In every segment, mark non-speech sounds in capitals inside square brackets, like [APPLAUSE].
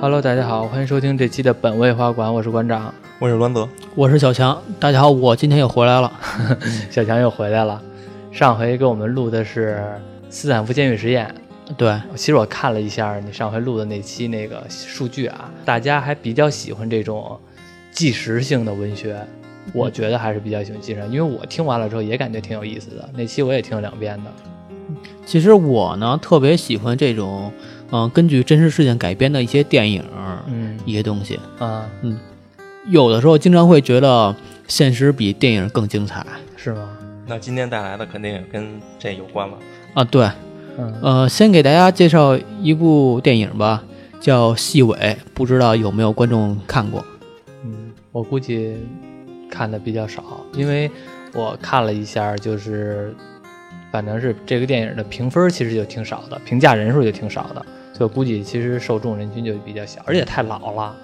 Hello，大家好，欢迎收听这期的本位花馆，我是馆长，我是栾泽，我是小强，大家好，我今天又回来了。小强又回来了。上回给我们录的是斯坦福监狱实验，对，其实我看了一下你上回录的那期那个数据啊，大家还比较喜欢这种纪实性的文学，我觉得还是比较喜欢纪实，因为我听完了之后也感觉挺有意思的，那期我也听了两遍的。其实我呢特别喜欢这种，嗯、根据真实事件改编的一些电影，嗯一些东西。啊，有的时候经常会觉得现实比电影更精彩是吗？那今天带来的肯定也跟这有关了。啊。对，嗯，呃，先给大家介绍一部电影吧，叫《细尾》，不知道有没有观众看过？嗯，我估计看的比较少，因为我看了一下，就是反正是这个电影的评分其实就挺少的，评价人数就挺少的，所以我估计其实受众人群就比较小，而且太老了。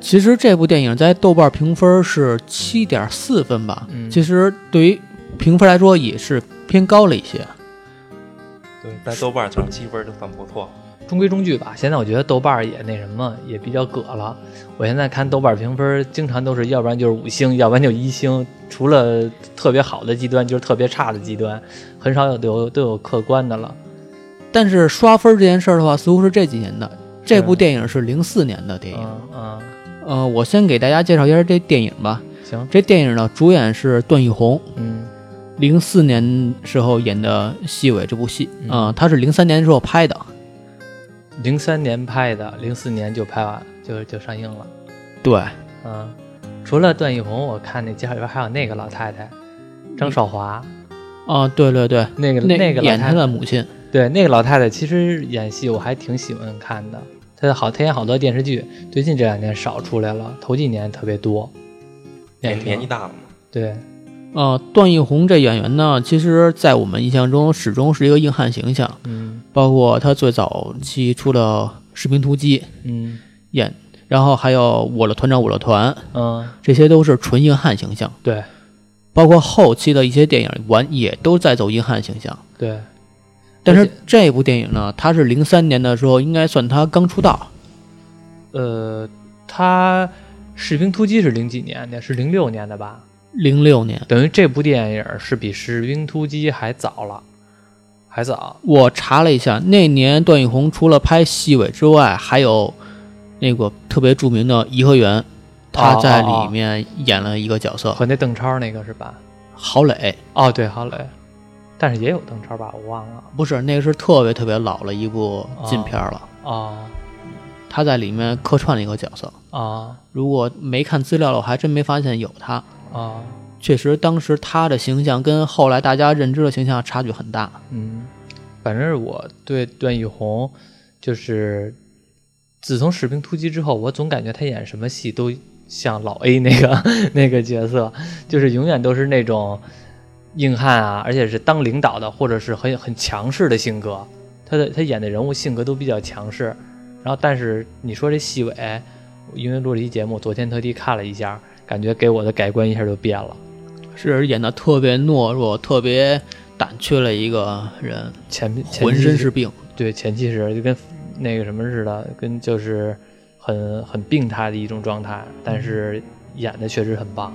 其实这部电影在豆瓣评分是七点四分吧，嗯其实对于评分来说也是偏高了一些。对，在豆瓣上七分就算不错。中规中矩吧，现在我觉得豆瓣儿也那什么，也比较葛了。我现在看豆瓣儿评分，经常都是要不然就是五星，要不然就一星，除了特别好的极端，就是特别差的极端，很少有都有都有客观的了。但是刷分这件事儿的话，似乎是这几年的。这部是电影是零四年的电影。嗯嗯，呃，我先给大家介绍一下这电影吧。行，这电影呢，主演是段奕宏，嗯零四年时候演的《细尾》这部戏嗯啊、他是零三年时候拍的。零三年拍的，零四年就拍完，就就上映了。对，嗯，除了段奕宏，我看那介绍里边还有那个老太太，张少华，啊，对对对，那个那个老演他太的太，母亲。对那个老太太，其实演戏我还挺喜欢看的。她好，她演好多电视剧，最近这两年少出来了，头几年特别多。 [LAUGHS] 也年挺年纪大了嘛，对，呃，段奕宏这演员呢，其实在我们印象中始终是一个硬汉形象，嗯包括他最早期出的《士兵突击》嗯演，然后还有《我的团长我的团》，嗯，这些都是纯硬汉形象。对包括后期的一些电影完也都在走硬汉形象。对，但是这部电影呢，它是零三年的时候，应该算他刚出道，呃，她《士兵突击》是零几年的，是零六年的吧？零六年。等于这部电影是比《士兵突击》还早了，还早。我查了一下，那年段奕宏除了拍《细尾》之外，还有那个特别著名的《颐和园》，他在里面演了一个角色，和那邓超那个是吧？郝蕾。哦，对，郝蕾，但是也有邓超吧，我忘了。不是，那个是特别特别老了一部禁片了，哦他在里面客串了一个角色。哦如果没看资料的话，我还真没发现有他。哦，确实，当时他的形象跟后来大家认知的形象差距很大。嗯，反正我对段奕宏就是自从《士兵突击》之后，我总感觉他演什么戏都像老 A 那个 [LAUGHS] 那个角色，就是永远都是那种硬汉啊，而且是当领导的，或者是很很强势的性格。他的他演的人物性格都比较强势，然后但是你说这细尾，因为录了一节目，昨天特地看了一下，感觉给我的改观一下就变了。是演的特别懦弱、特别胆怯的一个人，前面前浑身期是病。对，前期是就跟那个什么似的，跟就是很很病态的一种状态，但是演的确实很棒。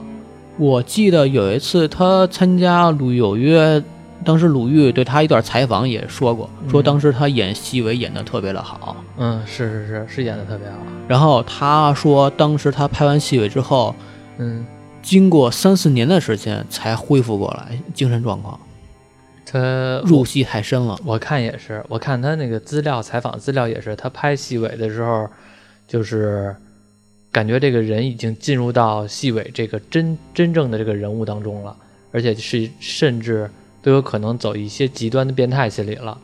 我记得有一次他参加鲁豫有约，当时鲁豫对他一段采访也说过，说当时他演细尾演的特别的好。嗯，是是是是演的特别好。然后他说，当时他拍完细尾之后，嗯，经过三四年的时间才恢复过来精神状况，他入戏太深了。我看也是，我看他那个资料采访资料也是，他拍细尾的时候，就是感觉这个人已经进入到细尾这个真真正的这个人物当中了，而且是甚至都有可能走一些极端的变态心理了。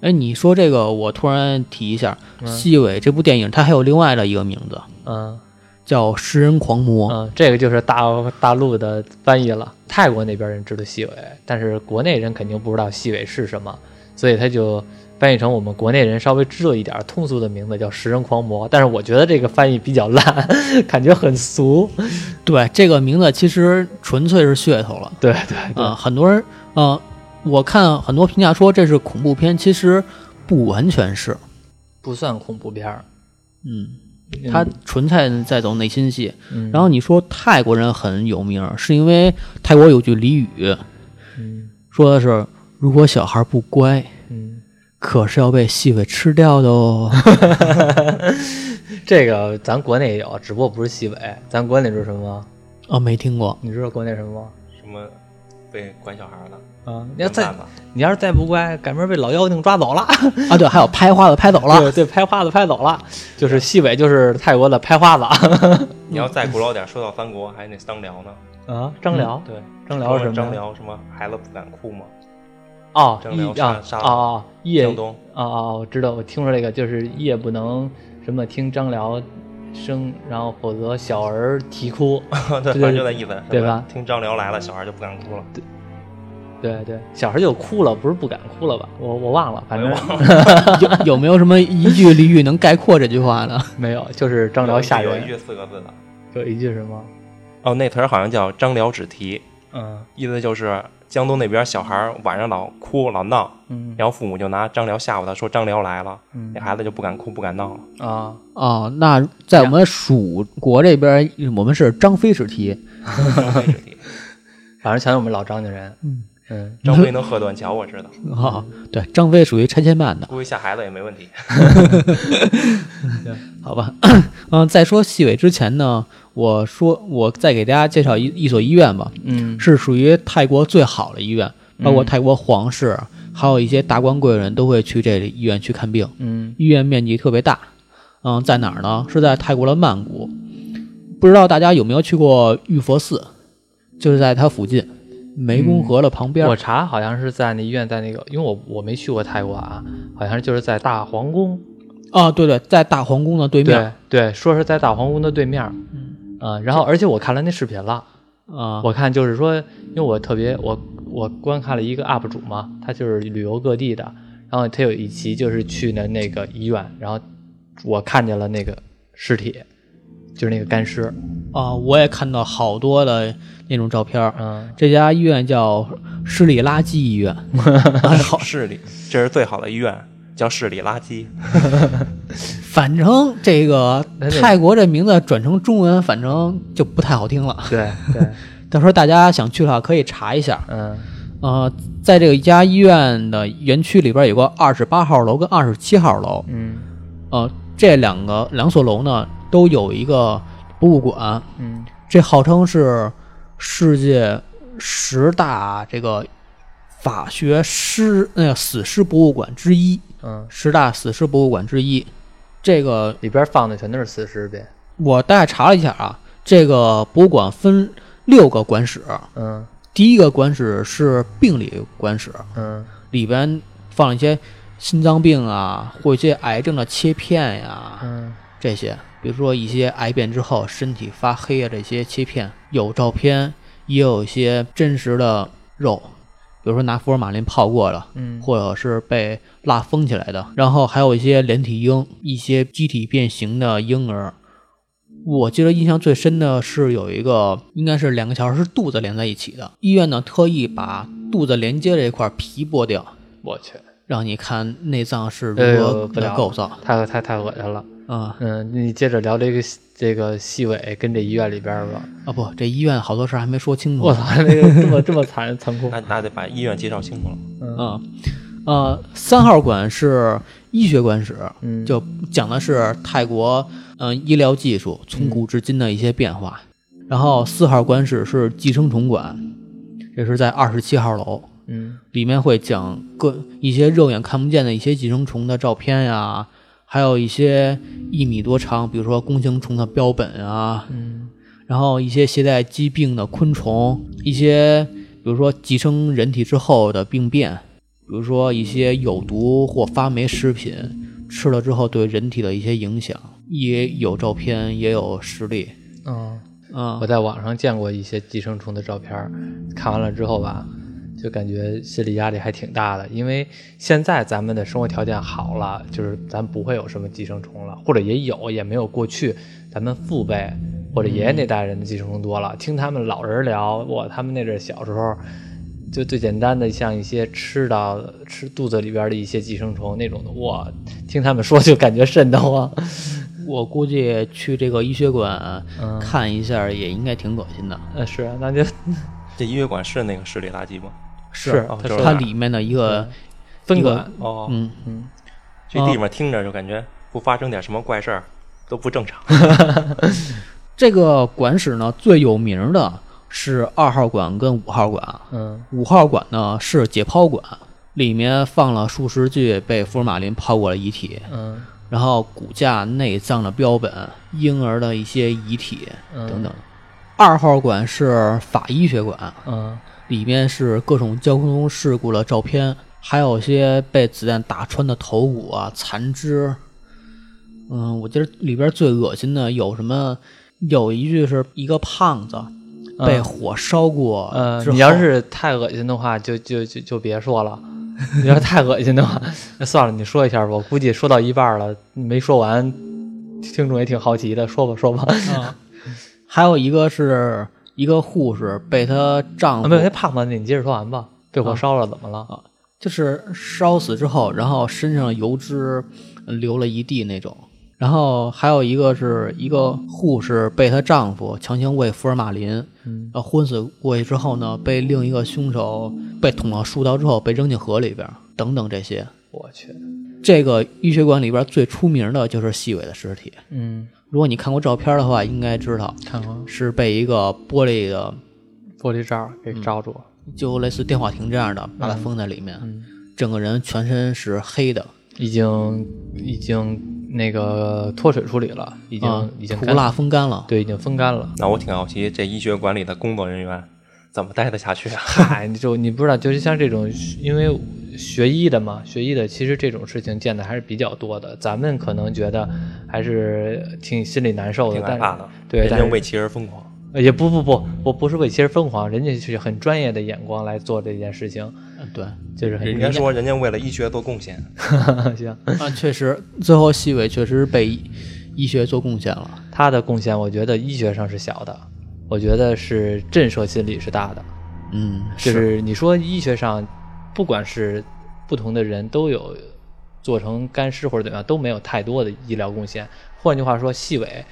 哎，你说这个，我突然提一下，嗯细尾》这部电影它还有另外的一个名字嗯。叫《食人狂魔》。嗯，这个就是大大陆的翻译了。泰国那边人知道细尾，但是国内人肯定不知道细尾是什么，所以他就翻译成我们国内人稍微知道一点儿通俗的名字叫食人狂魔。但是我觉得这个翻译比较烂， [LAUGHS] 感觉很俗。对，这个名字其实纯粹是噱头了。对对哎对，啊，很多人，呃，我看很多评价说这是恐怖片，其实不完全是。不算恐怖片儿。嗯，他纯粹在走内心戏。嗯然后你说泰国人很有名儿，是因为泰国有句俚语，嗯说的是如果小孩不乖，嗯，可是要被细尾吃掉的哦。 [LAUGHS] 这个咱国内也有，只不过不是西北，咱国内是什么？啊，没听过，你知道国内什么吗？什么被管小孩了，啊，你要怎再么办吧？你要是再不乖，赶明儿被老妖精抓走了，啊，对，还有拍花子拍走了，对对，拍花子拍走了，就是西北就是泰国的拍花子你要再嗯古老点，说到三国还有那张辽呢，啊，张辽，对，张辽是什么呀？嗯张辽什么孩子不敢 [LAUGHS] 哭吗？哦，张辽夜杀啊杀啊了啊，夜江东啊啊，我知道，我听说这个就是夜不能什么听张辽声，然后否则小儿啼哭。[LAUGHS] 对对，反正就那意思，是对吧听张辽来了，小孩就不敢哭了。对对，小孩就哭了，不是不敢哭了吧？我我忘了，反正 [LAUGHS] 有有没有什么一句俚语能概括这句话呢？没有，就是张 [LAUGHS] 辽吓有人一。句四个字的，有一句什么？哦，那词儿好像叫张辽只啼，嗯意思就是江东那边小孩儿晚上老哭老闹，嗯然后父母就拿张辽吓唬他，说张辽来了，嗯那孩子就不敢哭不敢闹了。 [LAUGHS] 啊，哦，那在我们蜀国这边，我们是张飞只提，张飞只啼，反正全是我们老张家人。嗯嗯，张飞能喝断桥，我知道，啊、对，张飞属于拆迁办的，估计吓孩子也没问题。好吧？ [COUGHS] 嗯，在说细尾之前呢，我说我再给大家介绍一一所医院吧，嗯是属于泰国最好的医院，包括嗯泰国皇室，还有一些达官贵人都会去这里医院去看病。嗯医院面积特别大。嗯，在哪儿呢？是在泰国的曼谷。不知道大家有没有去过玉佛寺，就是在它附近，湄公河的旁边。我查好像是在那医院，在那个，因为我我没去过泰国啊，好像就是在大皇宫啊，对对，在大皇宫的对面。对对，说是在大皇宫的对面。嗯然后而且我看了那视频了，啊，我看就是说，因为我特别我我观看了一个 UP 主嘛，他就是旅游各地的，然后他有一期就是去的那个医院，然后我看见了那个尸体，就是那个干尸，啊，我也看到好多的那种照片儿。嗯，这家医院叫施里拉基医院，好，市里这是最好的医院，叫市里垃圾。反正这个那得泰国这名字转成中文，反正就不太好听了。对对，到时候大家想去的话，可以查一下。嗯呃，在这个一家医院的园区里边有个二十八号楼跟二十七号楼，嗯呃，这两个两所楼呢都有一个博物馆，嗯这号称是世界十大这个法学尸那个死尸博物馆之一，嗯，十大死尸博物馆之一。这个里边放的全都是死尸呗，我大概查了一下啊，这个博物馆分六个馆室，嗯第一个馆室是病理馆室，嗯里边放了一些心脏病啊，或一些癌症的切片呀、嗯这些，比如说一些癌变之后身体发黑啊这些切片，有照片，也有一些真实的肉，比如说拿福尔马林泡过的，嗯或者是被蜡封起来的，然后还有一些连体婴，一些机体变形的婴儿。我记得印象最深的是有一个，应该是两个小孩是肚子连在一起的。医院呢特意把肚子连接这块皮剥掉，我去，让你看内脏是哎如呦何不的聊构造了，太太太恶心了。啊、嗯，你接着聊这个这个细尾跟这医院里边儿吧。啊不，这医院好多事儿还没说清楚我。操，那个这么这么残残 [LAUGHS] 酷嗯那那得把医院介绍清楚了。啊，呃，三号馆是医学馆史，嗯就讲的是泰国嗯、呃医疗技术嗯从古至今的一些变化。然后四号馆史是寄生虫馆，这是在二十七号楼，嗯里面会讲各一些肉眼看不见的一些寄生虫的照片呀、还有一些一米多长，比如说弓形虫的标本啊，嗯然后一些携带疾病的昆虫，一些比如说寄生人体之后的病变，比如说一些有毒或发霉食品吃了之后对人体的一些影响，也有照片，也有实例。嗯，嗯我，在网上见过一些寄生虫的照片儿，看完了之后吧，就感觉心理压力还挺大的。因为现在咱们的生活条件好了，就是咱不会有什么寄生虫了，或者也有，也没有过去咱们父辈或者爷爷那代人的寄生虫多了。听他们老人聊，哇，他们那阵儿小时候。就最简单的，像一些吃到吃肚子里边儿的一些寄生虫那种的，哇，听他们说就感觉瘆得慌。我估计去这个医学馆嗯看一下也应该挺恶心的。呃，是啊，那就这音乐馆是那个十里垃圾吗？是哦他就说是它里面的一个分一个管，哦，嗯，嗯，这地方听着就感觉不发生点什么怪事儿都不正常。 [LAUGHS] 这个馆史呢最有名的是二号馆跟五号馆，嗯五号馆呢是解剖馆，里面放了数十具被福尔马林泡过的遗体，嗯然后骨架、内脏的标本、婴儿的一些遗体嗯等等。二号馆是法医学啊馆，嗯里面是各种交通事故的照片，还有一些被子弹打穿的头骨啊、残肢。嗯，我记得里边最恶心的有什么？有一句是一个胖子被嗯火烧过之呃，后，你要是太恶心的话，就就就就别说了。你要是太恶心的话，那算了，你说一下吧。我估计说到一半了，没说完，听众也挺好奇的。说吧，说吧。还有一个是一个护士被她丈啊，夫、没有，那胖子，你接着说完吧。被啊火烧了，怎么了？就是烧死之后，然后身上的油脂流了一地那种。然后还有一个是一个护士被她丈夫强行喂福尔马林，嗯呃，昏死过去之后呢，被另一个凶手被捅到树刀之后被扔进河里边儿，等等这些。我去，这个医学馆里边最出名的就是细尾的尸体。嗯，如果你看过照片的话，应该知道看过是被一个玻璃的玻璃罩给嗯罩住。就类似电话亭这样的，把它封在里面，整个人全身是黑的，已经已经那个脱水处理了，已经、啊已经涂干蜡风干了。对，已经风干了。那我挺好奇，这医学馆里的工作人员怎么待得下去啊？嗨，你就你不知道，就是像这种，因为学医的嘛，学医的其实这种事情见的还是比较多的。咱们可能觉得还是挺心里难受的，挺害但怕是的，对人但家是为其而疯狂。呃也不不不，我不是为其而疯狂，人家是很专业的眼光来做这件事情，嗯对，就是很人家说人家为了医学做贡献， [LAUGHS] 行。啊，确实，最后细尾确实被医医学做贡献了。他的贡献，我觉得医学上是小的，我觉得是震慑心理是大的。嗯，就是是你说医学上，不管是不同的人都有做成干尸或者怎么样，都没有太多的医疗贡献。换句话说，细伟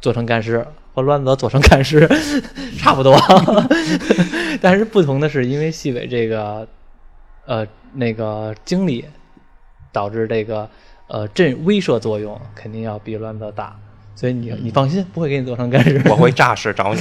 做成干尸和栾泽做成干尸 [LAUGHS] 差不多，但是不同的是，因为细伟这个呃那个经历导致这个呃震威慑作用肯定要比栾泽大。所以你你放心，不会给你做成干尸。我会诈尸找你。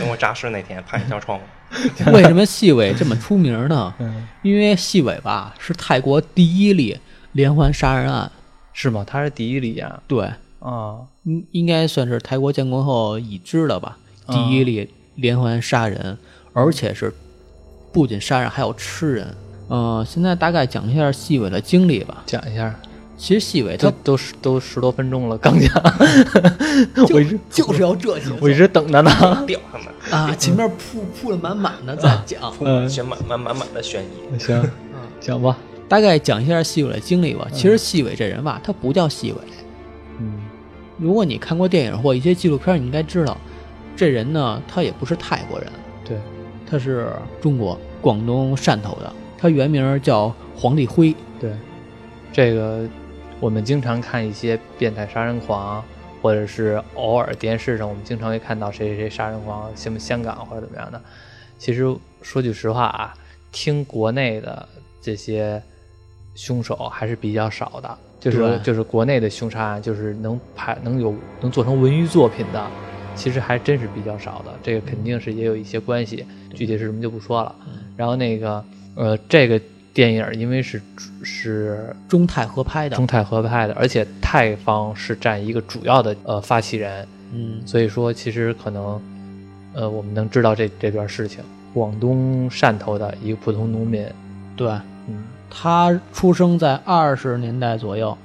等我诈尸那天，拍一条窗户。 [LAUGHS] 为什么细尾这么出名呢？嗯，因为细尾吧是泰国第一例连环杀人案，是吗？他是第一例啊。对，啊，应嗯应该算是泰国建国后已知的吧，第嗯一例连环杀人，而且是不仅杀人还有吃人。嗯、现在大概讲一下细尾的经历吧。讲一下。其实细尾都他都十都十多分钟了，刚讲，我一直就是要这些我一直等着呢。掉他们，啊，前面铺铺的满满的再讲。嗯全满满满满的悬疑。行，讲吧。大概讲一下细尾的经历吧。其实细尾这人吧，他不叫细尾。嗯如果你看过电影或一些纪录片，你应该知道，这人呢，他也不是泰国人，，对，他是中国广东汕头的。他原名叫黄立辉，对，这个我们经常看一些变态杀人狂，或者是偶尔电视上我们经常会看到谁谁谁杀人狂，什么香港或者怎么样的。其实说句实话啊，听国内的这些凶手还是比较少的，就是对就是国内的凶杀案，就是能拍能有能做成文娱作品的。其实还真是比较少的，这个肯定是也有一些关系，具体是什么就不说了。然后那个呃，这个电影因为是是中泰合拍的中。泰合拍的，而且泰方是占一个主要的呃发起人，嗯，所以说其实可能呃我们能知道这这段事情。广东汕头的一个普通农民，对，嗯，他出生在二十年代左右。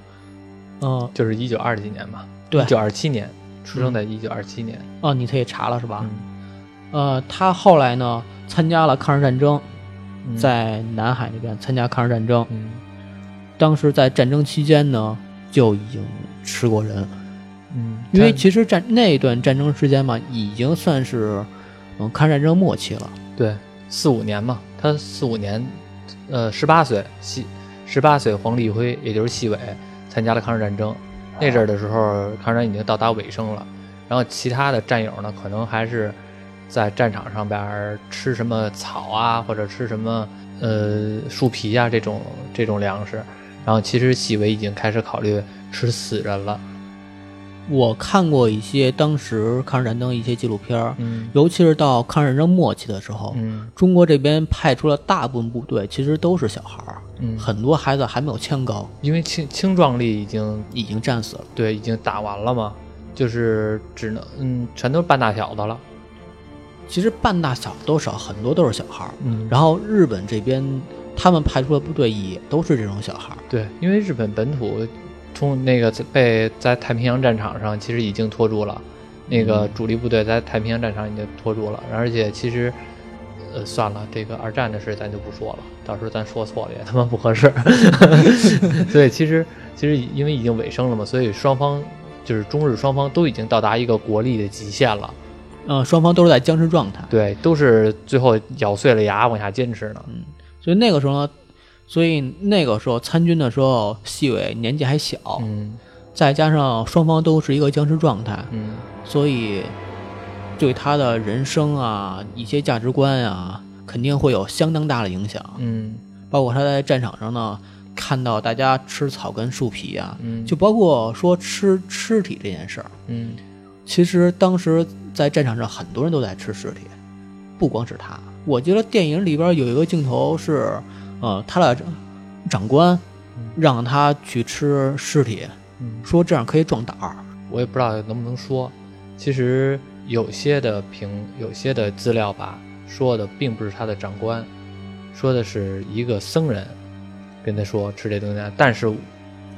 嗯，就是一九二几年吧，对嗯一九二七年出生在一九二七年，哦，你特意查了是吧？嗯，呃，他后来呢，参加了抗日战争，嗯在南海那边参加抗日战争。嗯当时在战争期间呢，就已经吃过人，嗯，因为他其实战那段战争时间嘛，已经算是嗯抗日战争末期了。对，四五年嘛，他四五年，呃，十八岁，细十八岁，黄立辉，也就是细伟，参加了抗日战争，那阵儿的时候，抗战已经到达尾声了，然后其他的战友呢，可能还是在战场上边儿吃什么草啊，或者吃什么呃树皮啊这种这种粮食。然后其实喜维已经开始考虑吃死人了。我看过一些当时抗日战争一些纪录片儿，嗯尤其是到抗日战争末期的时候，嗯中国这边派出了大部分部队，其实都是小孩儿，嗯，很多孩子还没有枪高，因为青青壮力已经已经战死了。对已经打完了嘛，就是只能嗯全都是半大小的了。其实半大小都少，很多都是小孩儿。嗯然后日本这边他们派出的部队也都是这种小孩儿。对，因为日本本土冲那个被在太平洋战场上其实已经拖住了，那嗯个主力部队在太平洋战场已经拖住了，而且其实。呃，算了，这个二战的事咱就不说了，到时候咱说错了也他妈不合 [LAUGHS] 适。所以其实其实因为已经尾声了嘛，所以双方就是中日双方都已经到达一个国力的极限了，嗯，双方都是在僵持状态。对，都是最后咬碎了牙往下坚持呢。所以那个时候呢，所以那个时候参军的时候，细伟年纪还小，嗯再加上双方都是一个僵持状态，嗯，所以对他的人生啊、一些价值观啊，肯定会有相当大的影响。嗯包括他在战场上呢，看到大家吃草跟树皮啊，嗯就包括说吃尸体这件事儿。嗯其实当时在战场上，很多人都在吃尸体，不光是他。我觉得电影里边有一个镜头是，呃，他的长官让他去吃尸体，嗯，说这样可以壮胆儿。我也不知道能不能说。其实有些的评，有些的资料吧，说的并不是他的长官，说的是一个僧人跟他说吃这东西啊，但是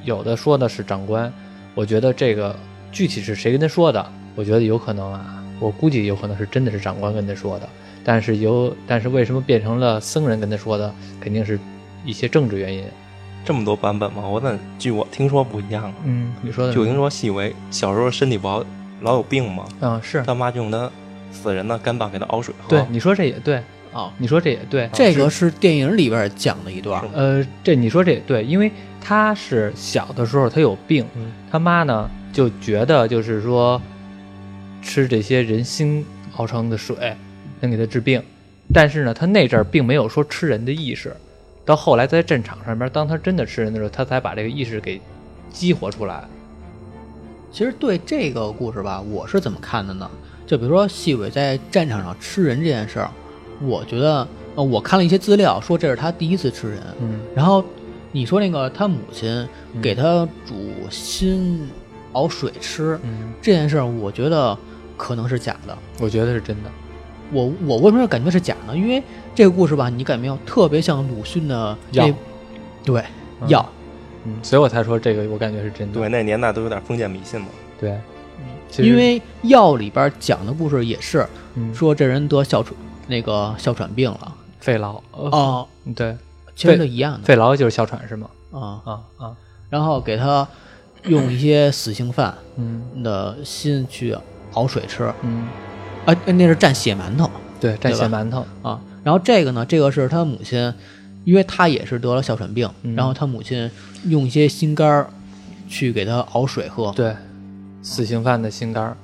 有的说的是长官。我觉得这个具体是谁跟他说的，我觉得有可能啊，我估计有可能是真的是长官跟他说的，但是有，但是为什么变成了僧人跟他说的，肯定是一些政治原因。这么多版本吗？我怎据我听说不一样啊？嗯，你说的据我听说，细维小时候身体不好，老有病嘛，嗯是他妈就用他死人的肝脏给他熬水喝。对，你说这也对，哦，你说这也对，这个是电影里边讲的一段是，吗呃，这你说这也对，因为他是小的时候他有病，嗯他妈呢就觉得就是说吃这些人心熬成的水能给他治病，但是呢他那阵儿并没有说吃人的意识，到后来在战场上边，当他真的吃人的时候，他才把这个意识给激活出来。其实对这个故事吧，我是怎么看的呢？就比如说细伟在战场上吃人这件事儿，我觉得，呃，我看了一些资料，说这是他第一次吃人。嗯然后你说那个他母亲给他煮心熬水吃、嗯，这件事儿，我觉得可能是假的。我觉得是真的。我我为什么感觉是假呢？因为这个故事吧，你感觉没有特别像鲁迅的那药，对嗯药，嗯，所以我才说这个我感觉是真的。对，那年代都有点封建迷信嘛。对，其实因为药里边讲的故事也是嗯说这人得哮喘那个哮喘病了肺痨哦，哦，对，其实都一样的肺痨就是哮喘是吗？啊、啊啊，然后给他用一些死刑犯嗯的心去熬水吃，啊、嗯。那是蘸血馒头对，蘸对血吧馒头，啊。然后这个呢，这个是他母亲，因为他也是得了哮喘病，嗯然后他母亲用一些心肝儿去给他熬水喝，对，死刑犯的心肝儿，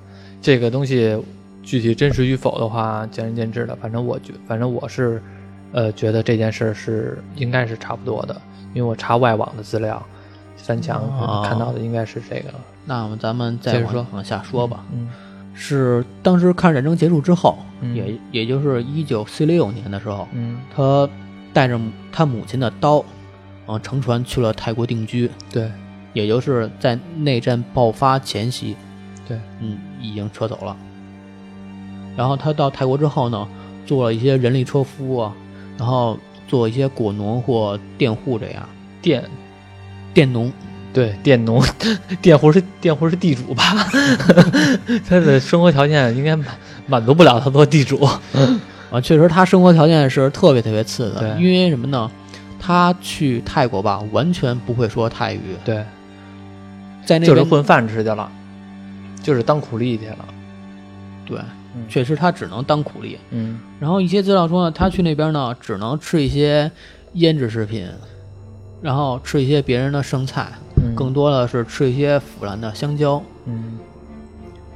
这个东西具体真实与否的话，见仁见智了。反正我觉，反正我是，呃，觉得这件事儿是应该是差不多的，因为我查外网的资料，三强哦看到的应该是这个。那么咱们再接着往说往下说吧。嗯是当时抗日战争结束之后，嗯也也就是一九四六年的时候，嗯，他带着母他母亲的刀，啊、乘船去了泰国定居，对也就是在内战爆发前夕，对，嗯，已经撤走了。然后他到泰国之后呢，做了一些人力车夫啊，然后做一些果农或佃户这样，电佃农对佃农， [LAUGHS] 佃户是佃户是地主吧？ [LAUGHS] 他的生活条件应该满满足不了他做地主。啊，确实他生活条件是特别特别次的，对因为什么呢？他去泰国吧，完全不会说泰语，对，在那就是边混饭吃去了，就是当苦力去了。对，嗯确实他只能当苦力。嗯，然后一些资料说呢，他去那边呢，只能吃一些腌制食品，然后吃一些别人的剩菜，嗯更多的是吃一些腐烂的香蕉。嗯，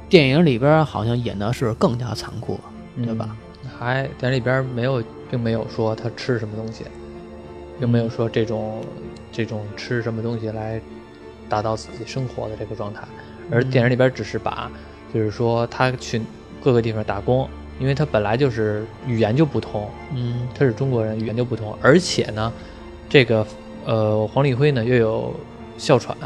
电影里边好像演的是更加残酷，对吧？嗯还在里边没有，并没有说他吃什么东西，并嗯没有说这种这种吃什么东西来达到自己生活的这个状态，而电嗯影里边只是把，就是说他去各个地方打工，因为他本来就是语言就不通，嗯他是中国人，语言就不通，而且呢，这个呃黄立辉呢又有哮喘，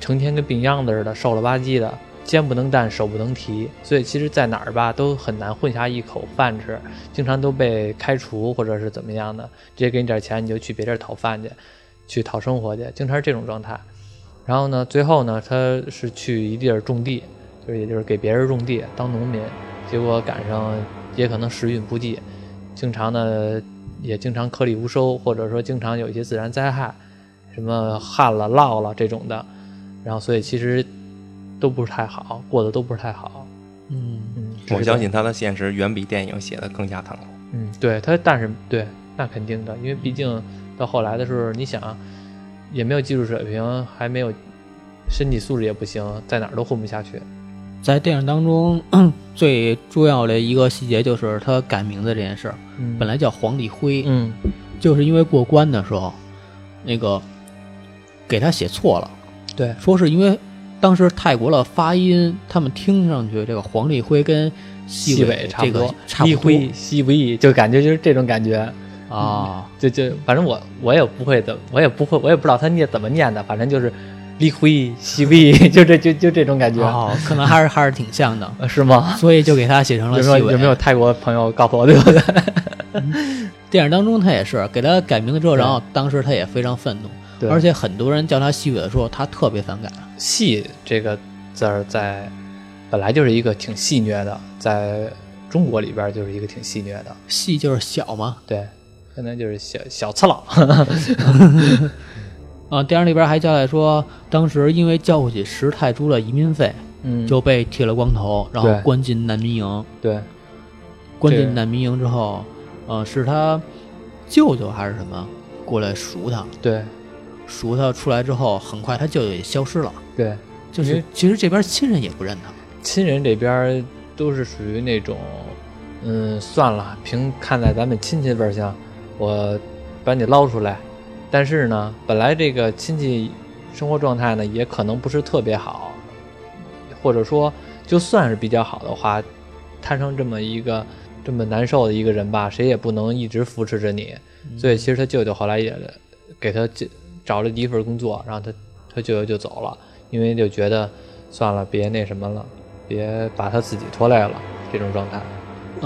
成天跟病秧子似的，瘦了吧唧的，肩不能担，手不能提，所以其实，在哪儿吧都很难混下一口饭吃，经常都被开除或者是怎么样的，直接给你点钱你就去别地儿讨饭去，去讨生活去，经常是这种状态。然后呢，最后呢，他是去一地儿种地，就是也就是给别人种地当农民，结果赶上也可能时运不济，经常呢也经常颗粒无收，或者说经常有一些自然灾害，什么旱了、涝了这种的，然后所以其实都不是太好，过得都不是太好。嗯，嗯，我只是相信他的现实远比电影写的更加残酷。嗯，对他，但是对，那肯定的，因为毕竟到后来的时候，你想也没有技术水平，还没有身体素质也不行，在哪儿都混不下去。在电影当中 [CLEARS THROAT] 最重要的一个细节就是他改名字这件事儿，嗯本来叫黄立辉，嗯就是因为过关的时候，那个给他写错了，对，说是因为当时泰国的发音，他们听上去这个黄立辉跟细西尾北差不这多个，差一不灰西不易，就感觉就是这种感觉。多啊，就就反正我我也不会怎，我也不会，我也不知道他念怎么念的，反正就是立灰 [LAUGHS] 西微，就这就就这种感觉，哦，可能还是还是挺像的，呃是吗？所以就给他写成了有细没有尾。有没有泰国朋友告诉我对不对？电影当中他也是给他改名字之后，对然后当时他也非常愤怒， [LAUGHS] [LAUGHS] 对，而且很多人叫他细尾的时候，他特别反感。 “戏”这个字儿在本来就是一个挺戏谑的，在中国里边儿就是一个挺戏谑的，细就是小嘛，对，现在就是小小次郎，啊，电影里边还交代说，当时因为交不起石泰铢的移民费， [LAUGHS] 嗯，就被剃了光头，然后对关进难民营。对，关这进难民营之后，呃，是他舅舅还是什么过来赎他，对，赎他出来之后，很快他舅舅也消失了。对，就因是为其实这边亲人也不认他，亲人这边儿都是属于那种，嗯，算了，凭看在咱们亲戚份儿上，我把你捞出来。但是呢，本来这个亲戚生活状态呢，也可能不是特别好，或者说就算是比较好的话，摊上这么一个这么难受的一个人吧，谁也不能一直扶持着你。所以其实他舅舅后来也给他介找了第一份工作，然后他他舅舅就走了，因为就觉得算了，别那什么了，别把他自己拖累了这种状态。嗯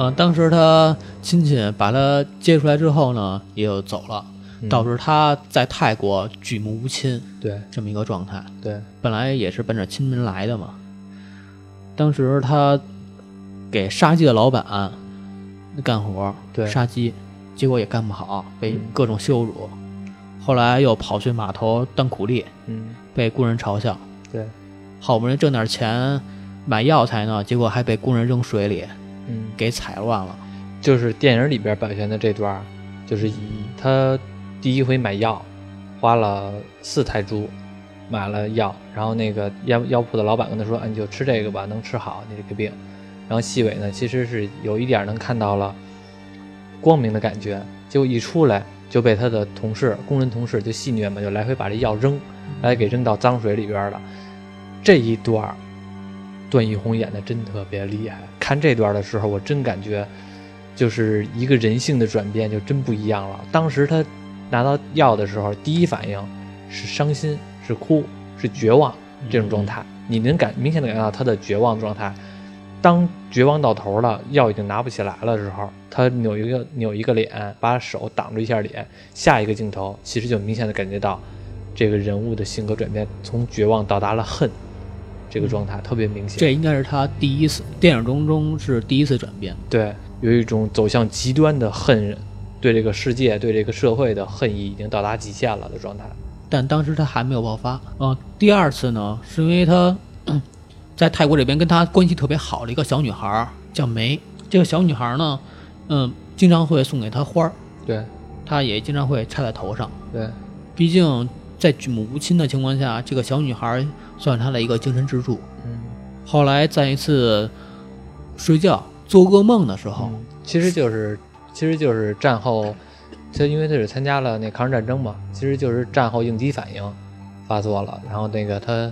呃，当时他亲戚把他接出来之后呢，也就走了，嗯导致他在泰国举目无亲对这么一个状态。对，本来也是奔着亲民来的嘛。当时他给杀鸡的老板干活，对杀鸡，结果也干不好，被各种羞辱。后来又跑去码头当苦力，嗯被工人嘲笑。对，好不容易挣点钱买药材呢，结果还被工人扔水里嗯，给踩乱了。就是电影里边表现的这段儿，就是他第一回买药花了四泰铢。买了药，然后那个药药铺的老板跟他说：“啊，你就吃这个吧，能吃好你这个病。”然后细尾呢，其实是有一点能看到了光明的感觉，结果一出来就被他的同事、工人同事就戏谑嘛，就来回把这药扔，来给扔到脏水里边了。这一段儿，段奕宏演的真特别厉害。看这段儿的时候，我真感觉就是一个人性的转变，就真不一样了。当时他拿到药的时候，第一反应是伤心，是哭，是绝望这种状态。你能感明显的感觉到他的绝望状态。当绝望到头了，药已经拿不起来了的时候，他扭一个扭一个脸，把手挡住一下脸。下一个镜头，其实就明显的感觉到这个人物的性格转变，从绝望到达了恨，这个状态特别明显。这应该是他第一次电影中中是第一次转变。对，有一种走向极端的恨，对这个世界、对这个社会的恨意已经到达极限了的状态。但当时他还没有爆发。嗯、第二次呢，是因为他 [CLEARS THROAT] 在泰国这边跟他关系特别好的一个小女孩儿叫梅，这个小女孩儿呢，嗯，经常会送给他花儿，对他也经常会插在头上。对毕竟在举目无亲的情况下，这个小女孩算是他的一个精神支柱。嗯，后来在一次睡觉做噩梦的时候，其实就是其实就是战后，他因为他是参加了那抗日战争嘛，其实就是战后应激反应发作了，然后那个他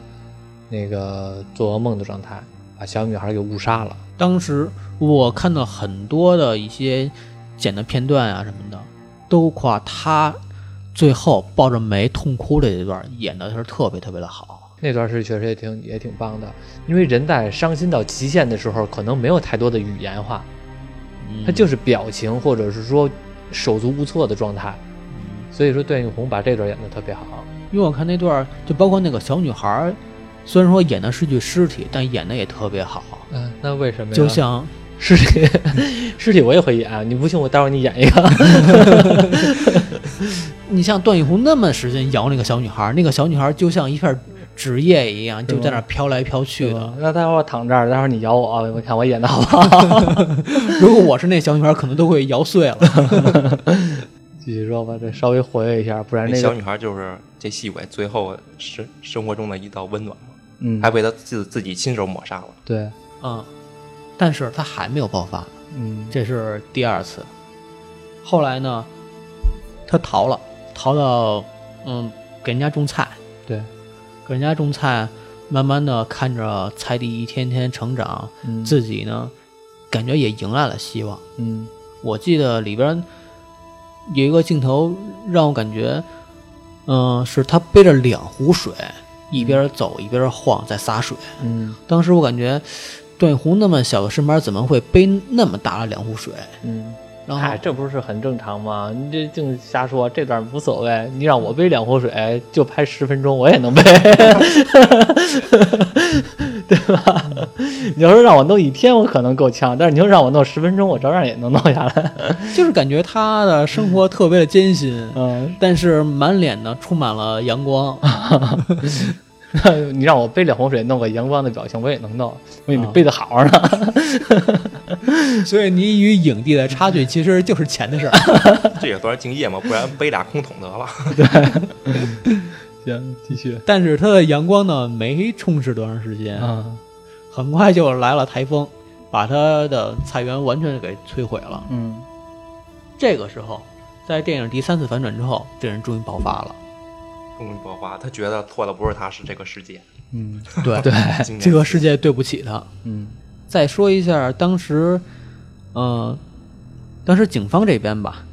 那个做噩梦的状态把小女孩给误杀了。当时我看到很多的一些剪的片段啊什么的，都夸他最后抱着梅痛哭这一段演的是特别特别的好。那段是确实也挺也挺棒的，因为人在伤心到极限的时候，可能没有太多的语言化，嗯他就是表情或者是说手足无措的状态，所以说段奕宏把这段演得特别好。因为我看那段儿，就包括那个小女孩儿，虽然说演的是具尸体，但演的也特别好，嗯、那为什么就像尸体， [LAUGHS] 尸体我也会演，你不信我待会儿你演一个。你像段奕宏那么使劲摇那个小女孩儿，那个小女孩儿就像一片纸叶一样，就在那儿飘来飘去的。那待会儿我躺这儿，待会儿你咬我，啊我看我演的好不好？如果我是那小女孩儿，可能都会摇碎了。继续说吧，这稍微活跃一下，不然那那小个女孩就是这细尾最后生生活中的一道温暖嘛，嗯还，被她自自己亲手抹杀了。对，嗯，但是她还没有爆发，嗯，这是第二次。后来呢，她逃了，逃到嗯给人家种菜，对，给人家种菜，慢慢的看着菜地一天天成长，嗯自己呢感觉也迎来了希望。嗯我记得里边有一个镜头让我感觉，嗯、是他背着两壶水，一边走一边晃，在洒水。嗯当时我感觉段奕宏那么小的身板怎么会背那么大的两壶水？嗯，然后嗨，这不是很正常吗？你这净瞎说，这段无所谓。你让我背两壶水，就拍十分钟，我也能背， [LAUGHS] 对吧？你要是让我弄一天，我可能够呛，但是你要让我弄十分钟，我照样也能弄下来。就是感觉他的生活特别的艰辛，嗯， [LAUGHS] 但是满脸呢充满了阳光。你让我背两壶水，弄个阳光的表情，我也能弄。我以为啊背的好呢。所以你与影帝的差距其实就是钱的事儿。 [LAUGHS] 这也算是敬业嘛，不然背俩空桶得了。行，继续。但是他的阳光呢没充实多长时间，啊，很快就来了台风，把他的菜园完全给摧毁了。嗯这个时候，在电影第三次反转之后，这人终于爆发了。终于爆发，他觉得错的不是他，是这个世界。嗯 [LAUGHS] 对对，今 [LAUGHS] 这年个世界对不起他。嗯再说一下当时，呃，当时警方这边吧，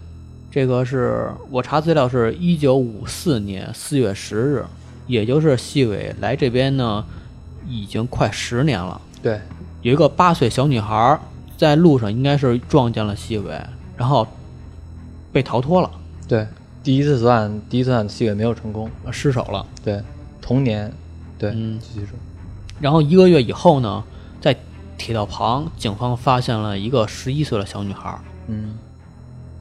这个是我查资料是一九五四年四月十日，也就是细伟来这边呢，已经快十年了。对，有一个八岁小女孩儿在路上应该是撞见了细伟，然后被逃脱了，对，第一次作案，第一次作案戏也没有成功。呃失手了。对，同年，对，嗯继续说。然后一个月以后呢，在铁道旁，警方发现了一个十一岁的小女孩儿，嗯，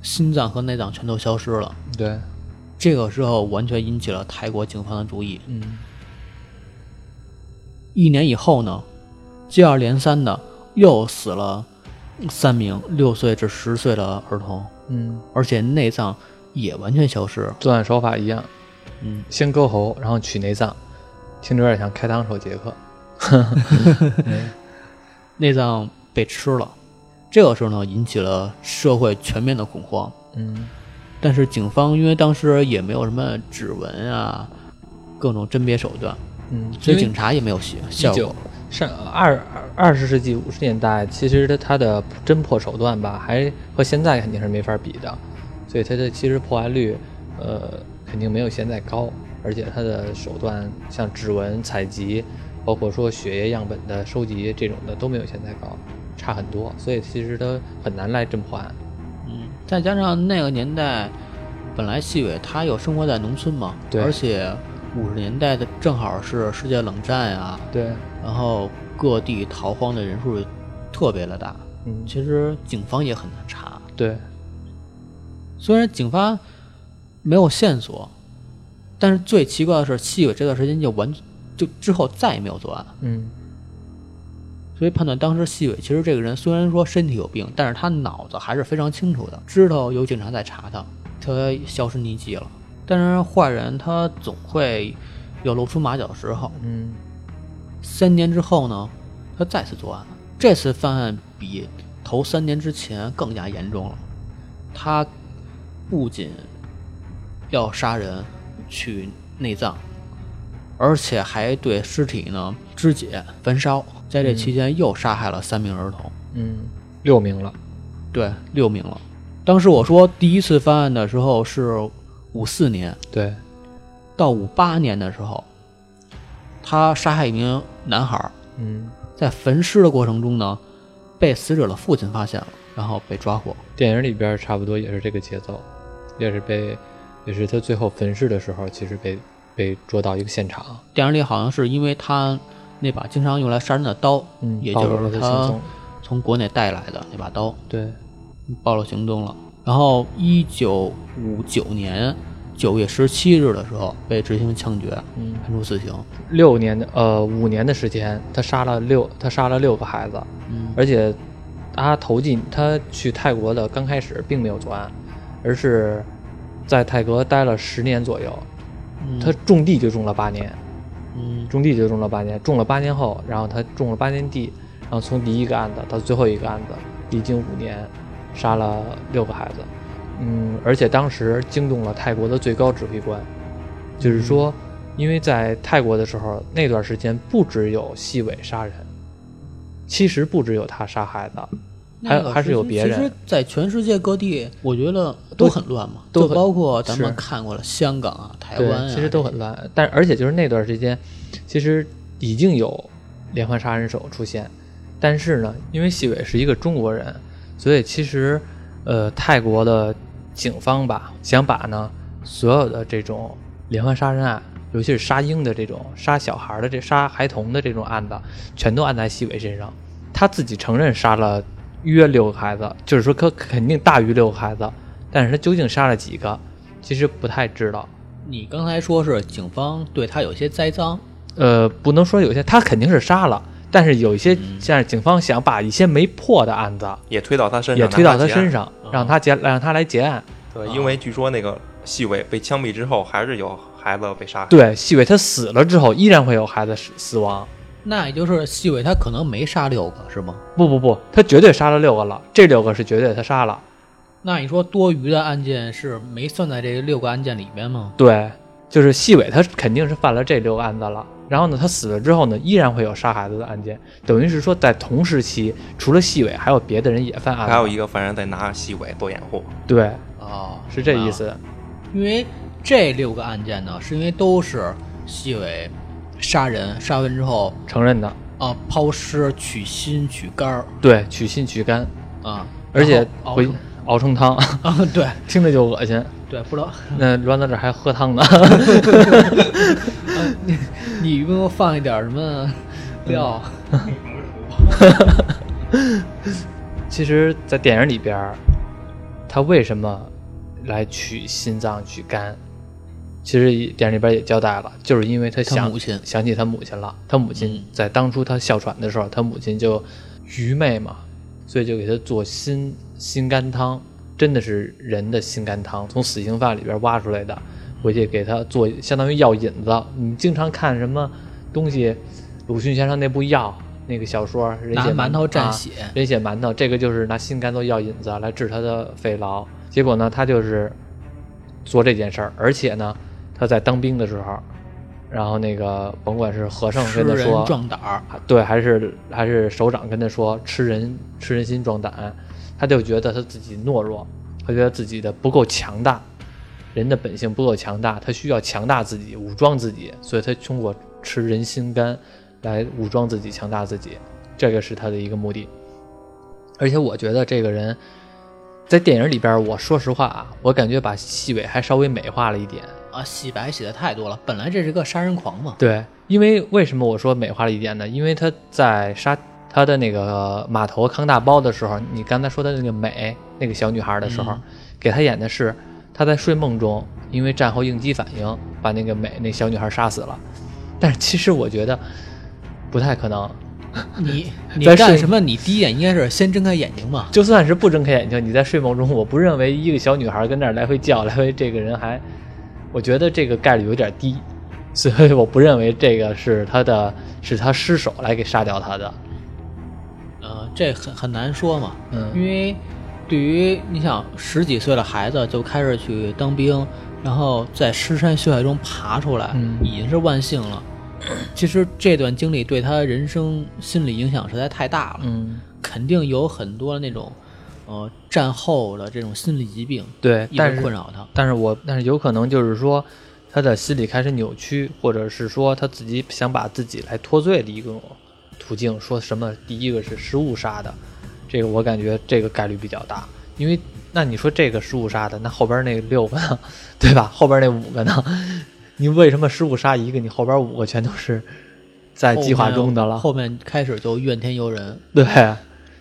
心脏和内脏全都消失了。对，这个时候完全引起了泰国警方的注意。嗯一年以后呢，接二连三的又死了三名六岁至十岁的儿童，嗯，而且内脏也完全消失。作案手法一样，嗯，先割喉，然后取内脏，听着有点像开膛手杰克。内脏被吃了。这个时候呢，引起了社会全面的恐慌。嗯但是警方因为当时也没有什么指纹啊，各种甄别手段，嗯，所以警察也没有效效一九果。上二二二十世纪五十年代，其实它它的侦破手段吧，还和现在肯定是没法比的，所以它的其实破案率，呃，肯定没有现在高，而且它的手段像指纹采集，包括说血液样本的收集这种的都没有现在高，差很多，所以其实它很难来侦破案。嗯，再加上那个年代，本来细伟他又生活在农村嘛，对而且五十年代的正好是世界冷战啊，对，然后各地逃荒的人数特别的大，嗯，其实警方也很难查。对，虽然警方没有线索，但是最奇怪的是，细伟这段时间就完就之后再也没有作案，嗯所以判断当时细伟其实这个人虽然说身体有病，但是他脑子还是非常清楚的，知道有警察在查他，他销声匿迹了。但是坏人他总会有露出马脚的时候。嗯三年之后呢，他再次作案了。这次犯案比头三年之前更加严重了。他不仅要杀人、取内脏，而且还对尸体呢肢解、焚烧。在这期间又杀害了三名儿童，嗯，六名了，对，六名了。当时我说第一次犯案的时候是五四年，对，到五八年的时候，他杀害一名男孩儿，嗯，在焚尸的过程中呢，被死者的父亲发现了，然后被抓获。电影里边差不多也是这个节奏，也是被，也是他最后焚尸的时候，其实被被捉到一个现场，电影里好像是因为他那把经常用来杀人的刀，嗯，也暴露就了是他行他踪，从国内带来的那把刀，对，暴露行踪了。然后，一九五九年九月十七日的时候被执行枪决，嗯，判处死刑。六年的呃五年的时间，他杀了六，他杀了六个孩子，嗯，而且他投进他去泰国的刚开始并没有作案，而是在泰国待了十年左右，嗯他种地就种了八年，嗯种地就种了八年，种了八年后，然后他种了八年地，然后从第一个案子到最后一个案子，历经五年，杀了六个孩子，嗯，而且当时惊动了泰国的最高指挥官，就是说，因为在泰国的时候那段时间不只有细伟杀人，其实不只有他杀孩子，还那个还是有别人其实，在全世界各地，我觉得都很乱嘛，都就很包括咱们是看过了香港啊、台对湾啊，，其实都很乱。但而且就是那段时间，其实已经有连环杀人手出现，但是呢，因为细伟是一个中国人，所以其实呃，泰国的警方吧，想把呢所有的这种连环杀人案。尤其是杀婴的这种、杀小孩的这、杀孩童的这种案子，全都按在细伟身上。他自己承认杀了约六个孩子，就是说可肯定大于六个孩子，但是他究竟杀了几个，其实不太知道。你刚才说是警方对他有些栽赃，呃，不能说有些他肯定是杀了，但是有一些嗯像警方想把一些没破的案子也推到他身上，也推到他拿结案啊身。上，让他结让他来结案。对，因为据说那个细伟被枪毙之后，还是有孩子被杀害。对，细伟他死了之后，依然会有孩子死死亡。那也就是细伟他可能没杀六个是吗？不不不，他绝对杀了六个了，这六个是绝对他杀了。那你说多余的案件是没算在这六个案件里边吗？对，就是细伟他肯定是犯了这六个案子了。然后呢，他死了之后呢，依然会有杀孩子的案件，等于是说在同时期，除了细伟，还有别的人也犯案子。还有一个犯人在拿细伟做掩护，对，哦，是这意啊。思。因为这六个案件呢，是因为都是细伟杀人，杀完之后承认的，啊抛尸、取心、取肝儿对，取心取肝，啊，而且然后回熬熬成汤， [LAUGHS] 啊，对听着就恶心。对，不知道那栾到这还喝汤呢，你你有没有放一点儿什么料？其实，在电影里边儿，他为什么来取心脏取肝？其实电影里边也交代了，就是因为他他想母亲想起他母亲了。他母亲嗯在当初他哮喘的时候，他母亲就愚昧嘛，所以就给他做心心肝汤，真的是人的心肝汤，从死刑犯里边挖出来的，回去给他做，相当于药引子。你经常看什么东西，鲁迅先生那部《药》那个小说，人拿血馒头蘸啊血人血馒头，这个就是拿心肝做药引子啊来治他的肺痨。结果呢，他就是做这件事儿，而且呢，他在当兵的时候，然后那个甭管是和尚吃跟他说人，壮胆儿，啊对，还是还是首长跟他说吃人吃人心壮胆，他就觉得他自己懦弱，他觉得自己的不够强大，人的本性不够强大，他需要强大自己，武装自己，所以他通过吃人心肝来武装自己，强大自己，这个是他的一个目的。而且我觉得这个人在电影里边儿，我说实话啊，我感觉把细伟还稍微美化了一点。啊，洗白洗的太多了。本来这是个杀人狂嘛，对，因为为什么我说美化了一点呢？因为他在杀他的那个码头康大包的时候，你刚才说的那个美那个小女孩的时候，嗯给他演的是他在睡梦中，因为战后应激反应把那个美那小女孩杀死了。但是其实我觉得不太可能，你你在干睡什么？你第一眼应该是先睁开眼睛嘛。就算是 [LAUGHS] 不睁开眼睛，你在睡梦中，我不认为一个小女孩跟那儿来回叫，来回这个人还我觉得这个概率有点低， [LAUGHS] 所以我不认为这个是他的是他失手来给杀掉他的。呃，这很很难说嘛，因嗯为对于你想十几岁的孩子就开始去当兵，然后在尸山血海中爬出来，嗯已经是万幸了。其实这段经历对他人生心理影响实在太大了，嗯，肯定有很多那种，呃，战后的这种心理疾病对，一但直是困扰他。但是我但是有可能就是说，他的心理开始扭曲，或者是说他自己想把自己来脱罪的一种途径，说什么第一个是失误杀的，这个我感觉这个概率比较大，因为那你说这个失误杀的，那后边那六个呢， [LAUGHS] 对吧？后边那五个呢？ [LAUGHS] 你为什么失误杀一个，你后边五个全都是在计划中的了？后面开始就怨天尤人。 [LAUGHS] 对，啊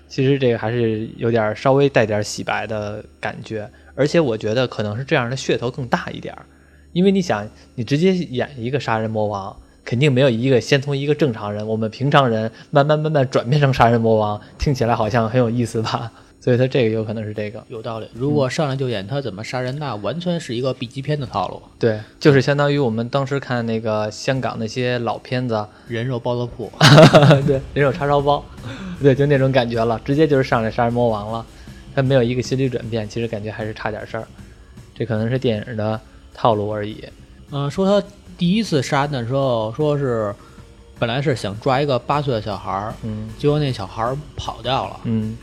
其实这个还是有点儿稍微带点儿洗白的感觉，而且我觉得可能是这样的噱头更大一点儿，因为你想，你直接演一个杀人魔王，肯定没有一个先从一个正常人，我们平常人慢慢慢慢转变成杀人魔王，听起来好像很有意思吧？ [LAUGHS] 所以他这个有可能是这个，有道理，如嗯果上来就演他怎么杀人，那完全是一个 B 级片的套路，对，就是相当于我们当时看那个香港那些老片子，人肉包子铺。 [LAUGHS] 对，人手叉烧包，对，就那种感觉了，直接就是上来杀人魔王了，他没有一个心理转变，其实感觉还是差点事儿，这可能是电影的套路而已。嗯、说他第一次杀人的时候，说是本来是想抓一个八岁的小孩儿，嗯结果那小孩儿跑掉了，嗯，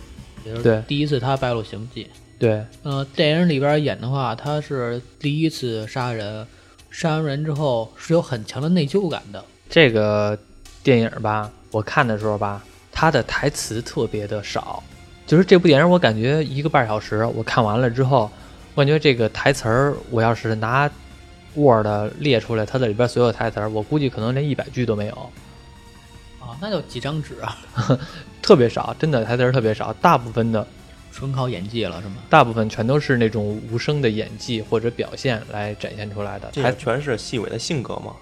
也就是对第一次他败露行迹。对，呃，电影里边演的话，他是第一次杀人，杀完人之后是有很强的内疚感的。这个电影吧，我看的时候吧，它的台词特别的少，就是这部电影我感觉一个半小时，我看完了之后，我感觉这个台词儿，我要是拿 Word 列出来，它的里边所有台词儿，我估计可能连一百句都没有。啊，那就几张纸啊，特别少，真的台词儿特别少，大部分的纯靠演技了是吗？大部分全都是那种无声的演技或者表现来展现出来的，这还全是细伟的性格嘛，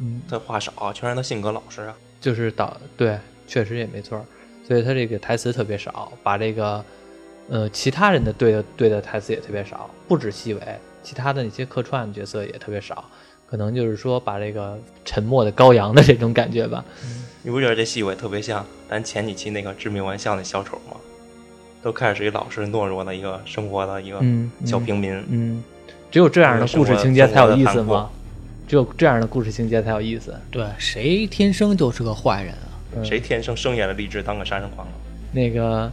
嗯，他话少，啊全是他性格老实啊。就是导对，确实也没错儿，所以他这个台词特别少，把这个呃其他人的对的对的台词也特别少，不止细伟，其他的那些客串角色也特别少，可能就是说把这个沉默的羔羊的这种感觉吧，你不觉得这细伟特别像咱前几期那个致命玩笑那小丑吗？都开始是一老实懦弱的一个生活的一个嗯嗯小平民，嗯，只有这样的故事情节才有意思生活的吗？只有这样的故事情节才有意思，对，谁天生就是个坏人啊？嗯谁天生生下来立志当个杀人狂啊？那个，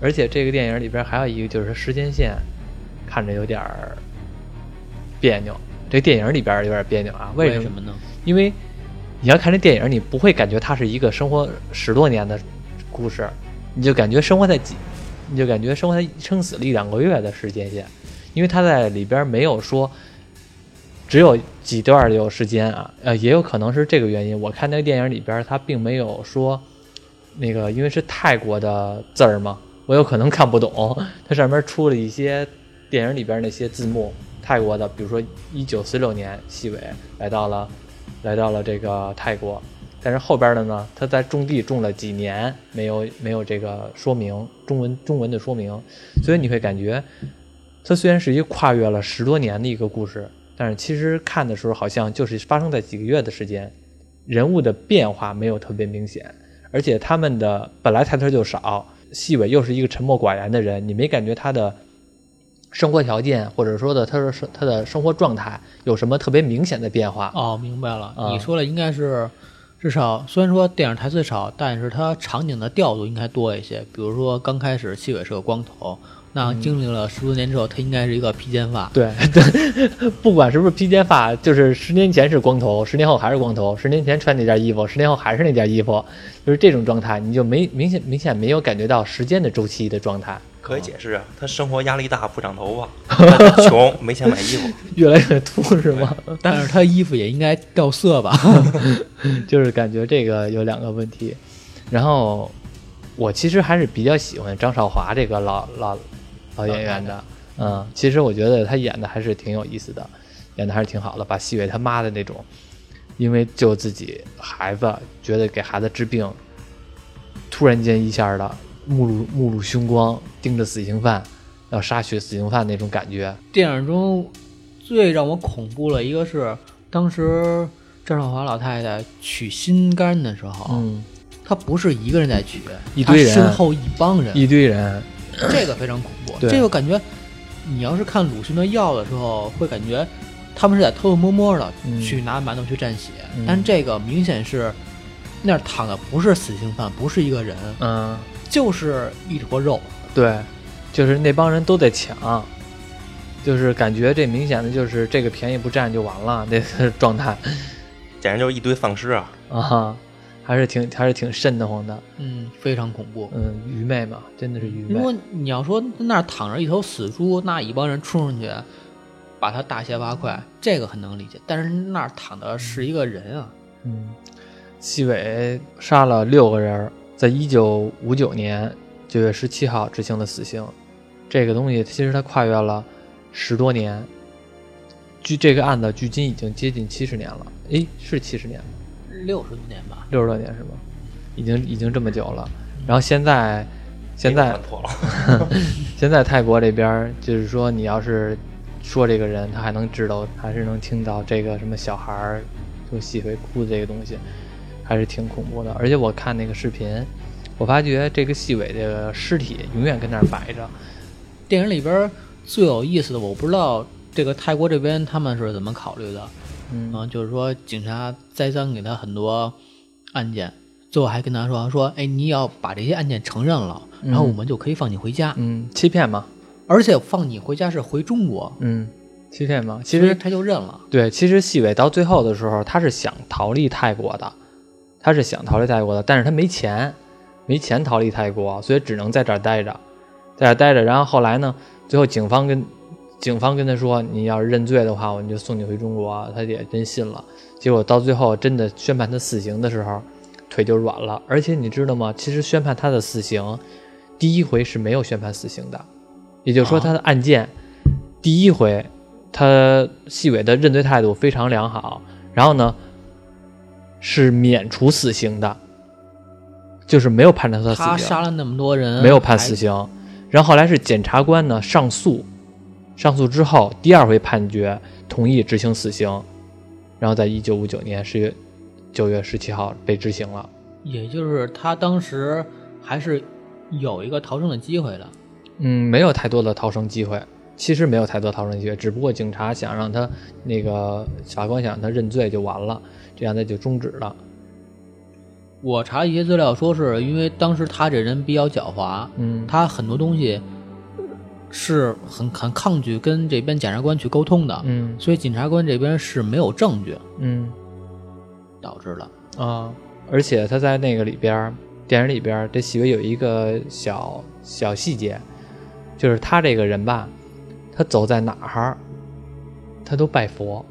而且这个电影里边还有一个就是时间线，看着有点儿别扭。这电影里边有点别扭啊，为为什么？什么呢？因为你要看这电影，你不会感觉它是一个生活十多年的故事，你就感觉生活在几，你就感觉生活在生死了一两个月的时间线，因为它在里边没有说只有几段有时间啊，呃，也有可能是这个原因。我看那个电影里边，它并没有说那个，因为是泰国的字儿嘛，我有可能看不懂， [LAUGHS] 它上面出了一些电影里边那些字幕，泰国的，比如说一九四六年，细伟来到了来到了这个泰国，但是后边的呢，他在种地种了几年，没有没有这个说明中文中文的说明，所以你会感觉，它虽然是一个跨越了十多年的一个故事，但是其实看的时候好像就是发生在几个月的时间，人物的变化没有特别明显，而且他们的本来台词就少，细伟又是一个沉默寡言的人，你没感觉他的生活条件或者说的他的生他的生活状态有什么特别明显的变化？哦，明白了，啊你说的应该是至少虽然说电影台词少，但是它场景的调度应该多一些。比如说刚开始七尾是个光头，那嗯经历了十多年之后，他应该是一个披肩发。对 [LAUGHS] 对，不管是不是披肩发，就是十年前是光头，十年后还是光头，十年前穿那件衣服，十年后还是那件衣服，就是这种状态，你就没明显明显没有感觉到时间的周期的状态，可以解释啊，他生活压力大，不长头 [LAUGHS] 发，他穷，没钱买衣服。越来越秃呃是吗？但是他衣服也应该掉色吧？ [LAUGHS] 就是感觉这个有两个问题。然后我其实还是比较喜欢张少华这个老老老演员的，嗯，其实我觉得他演的还是挺有意思的，演的还是挺好的，把细伟他妈的那种，因为救自己孩子，觉得给孩子治病，突然间一下的目露目露凶光，盯着死刑犯要杀血死刑犯那种感觉，电影中最让我恐怖的一个是，当时郑少华老太太取心肝的时候，嗯，她不是一个人在取，一堆人她身后一帮人，一堆人，这个非常恐怖。对这个感觉，你要是看鲁迅的药的时候，会感觉他们是在偷偷摸摸的嗯去拿馒头去蘸血，嗯但这个明显是那儿躺的不是死刑犯，不是一个人，嗯，就是一坨肉。对，就是那帮人都在抢，就是感觉这明显的就是这个便宜不占就完了那个 [LAUGHS] 状态简直就是一堆丧尸啊！啊哈，还是挺还是挺瘆得慌的，嗯，非常恐怖。嗯，愚昧嘛，真的是愚如昧果，你要说那儿躺着一头死猪，那一帮人冲上去把他大卸八块，这个很能理解。但是那儿躺的是一个人啊，嗯，纪委杀了六个人儿，在一九五九年九月十七号执行了死刑。这个东西其实它跨越了十多年，距这个案子距今已经接近七十年了。诶，是七十年吗？六十多年吧，六十多年是吗？已经已经这么久了。然后现在现在看错了， [LAUGHS] 现在泰国这边儿就是说，你要是说这个人，他还能知道，还是能听到这个什么小孩儿就洗会哭这个东西，还是挺恐怖的。而且我看那个视频，我发觉这个细尾这个尸体永远跟那儿摆着，电影里边最有意思的，我不知道这个泰国这边他们是怎么考虑的。嗯嗯，就是说警察栽赃给他很多案件，最后还跟他说说，哎，你要把这些案件承认了，然后我们就可以放你回家，嗯，欺骗嘛，而且放你回家是回中国，嗯，欺骗嘛。其所以实他就认了。对，其实细尾到最后的时候，他是想逃离泰国的，他是想逃离泰国的，但是他没钱，没钱逃离泰国，所以只能在这儿待着，在这儿待着。然后后来呢，最后警方跟警方跟他说，你要是认罪的话，我们就送你回中国。他也真信了。结果到最后真的宣判他死刑的时候，腿就软了。而且你知道吗？其实宣判他的死刑，第一回是没有宣判死刑的，也就是说啊他的案件、第一回他细伟的认罪态度非常良好，然后呢是免除死刑的，就是没有判断他死刑，他杀了那么多人，没有判死刑。然后后来是检察官呢上诉，上诉之后第二回判决同意执行死刑，然后在一九五九年十月九月十七号被执行了。也就是他当时还是有一个逃生的机会的。嗯，没有太多的逃生机会，其实没有太多逃生机会，只不过警察想让他那个法官想让他认罪就完了，这样他就终止了。我查了一些资料，说是因为当时他这人比较狡猾，嗯，他很多东西是很很抗拒跟这边检察官去沟通的，嗯所以检察官这边是没有证据嗯导致的。啊，而且他在那个里边儿，电影里边儿，这细微有一个小小细节，就是他这个人吧，他走在哪儿，他都拜佛，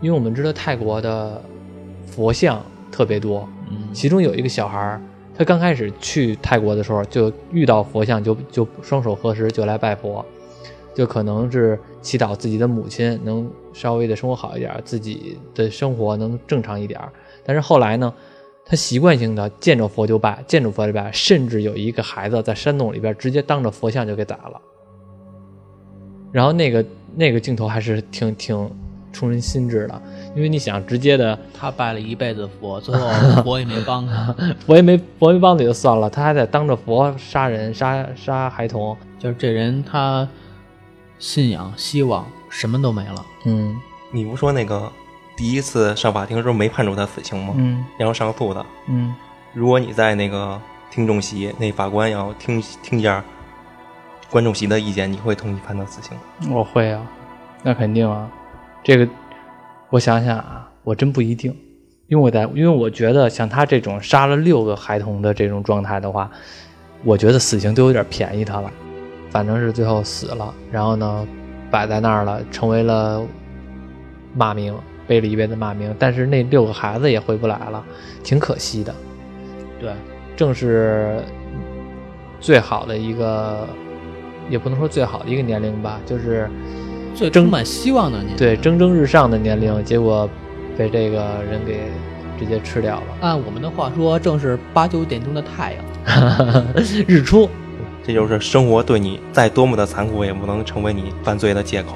因为我们知道泰国的佛像特别多，嗯，其中有一个小孩儿，他刚开始去泰国的时候就遇到佛像就，就双手合十就来拜佛，就可能是祈祷自己的母亲能稍微的生活好一点儿，自己的生活能正常一点儿。但是后来呢，他习惯性的见着佛就拜，见着佛就拜，甚至有一个孩子在山洞里边直接当着佛像就给宰了。然后那个那个镜头还是挺挺冲人心智的，因为你想直接的他拜了一辈子佛，最后佛也没帮他， [LAUGHS] 佛也没佛没帮你就算了，他还得当着佛杀人、杀杀孩童。就是这人他信仰、希望什么都没了。嗯你不说那个第一次上法庭时候没判处他死刑吗？嗯然后上诉的。嗯如果你在那个听众席，那法官要听听一下观众席的意见，你会同意判他死刑吗？我会啊，那肯定啊。这个我想想啊，我真不一定，因为我在，因为我觉得像他这种杀了六个孩童的这种状态的话，我觉得死刑都有点便宜他了。反正是最后死了，然后呢，摆在那儿了，成为了骂名，背了一辈子骂名。但是那六个孩子也回不来了，挺可惜的。对，正是最好的一个，也不能说最好的一个年龄吧，就是最充满希望的年代。对蒸蒸日上的年龄，结果被这个人给直接吃掉了。按我们的话说，正是八九点钟的太阳。 [LAUGHS] 日出，这就是生活对你再多么的残酷，也不能成为你犯罪的借口。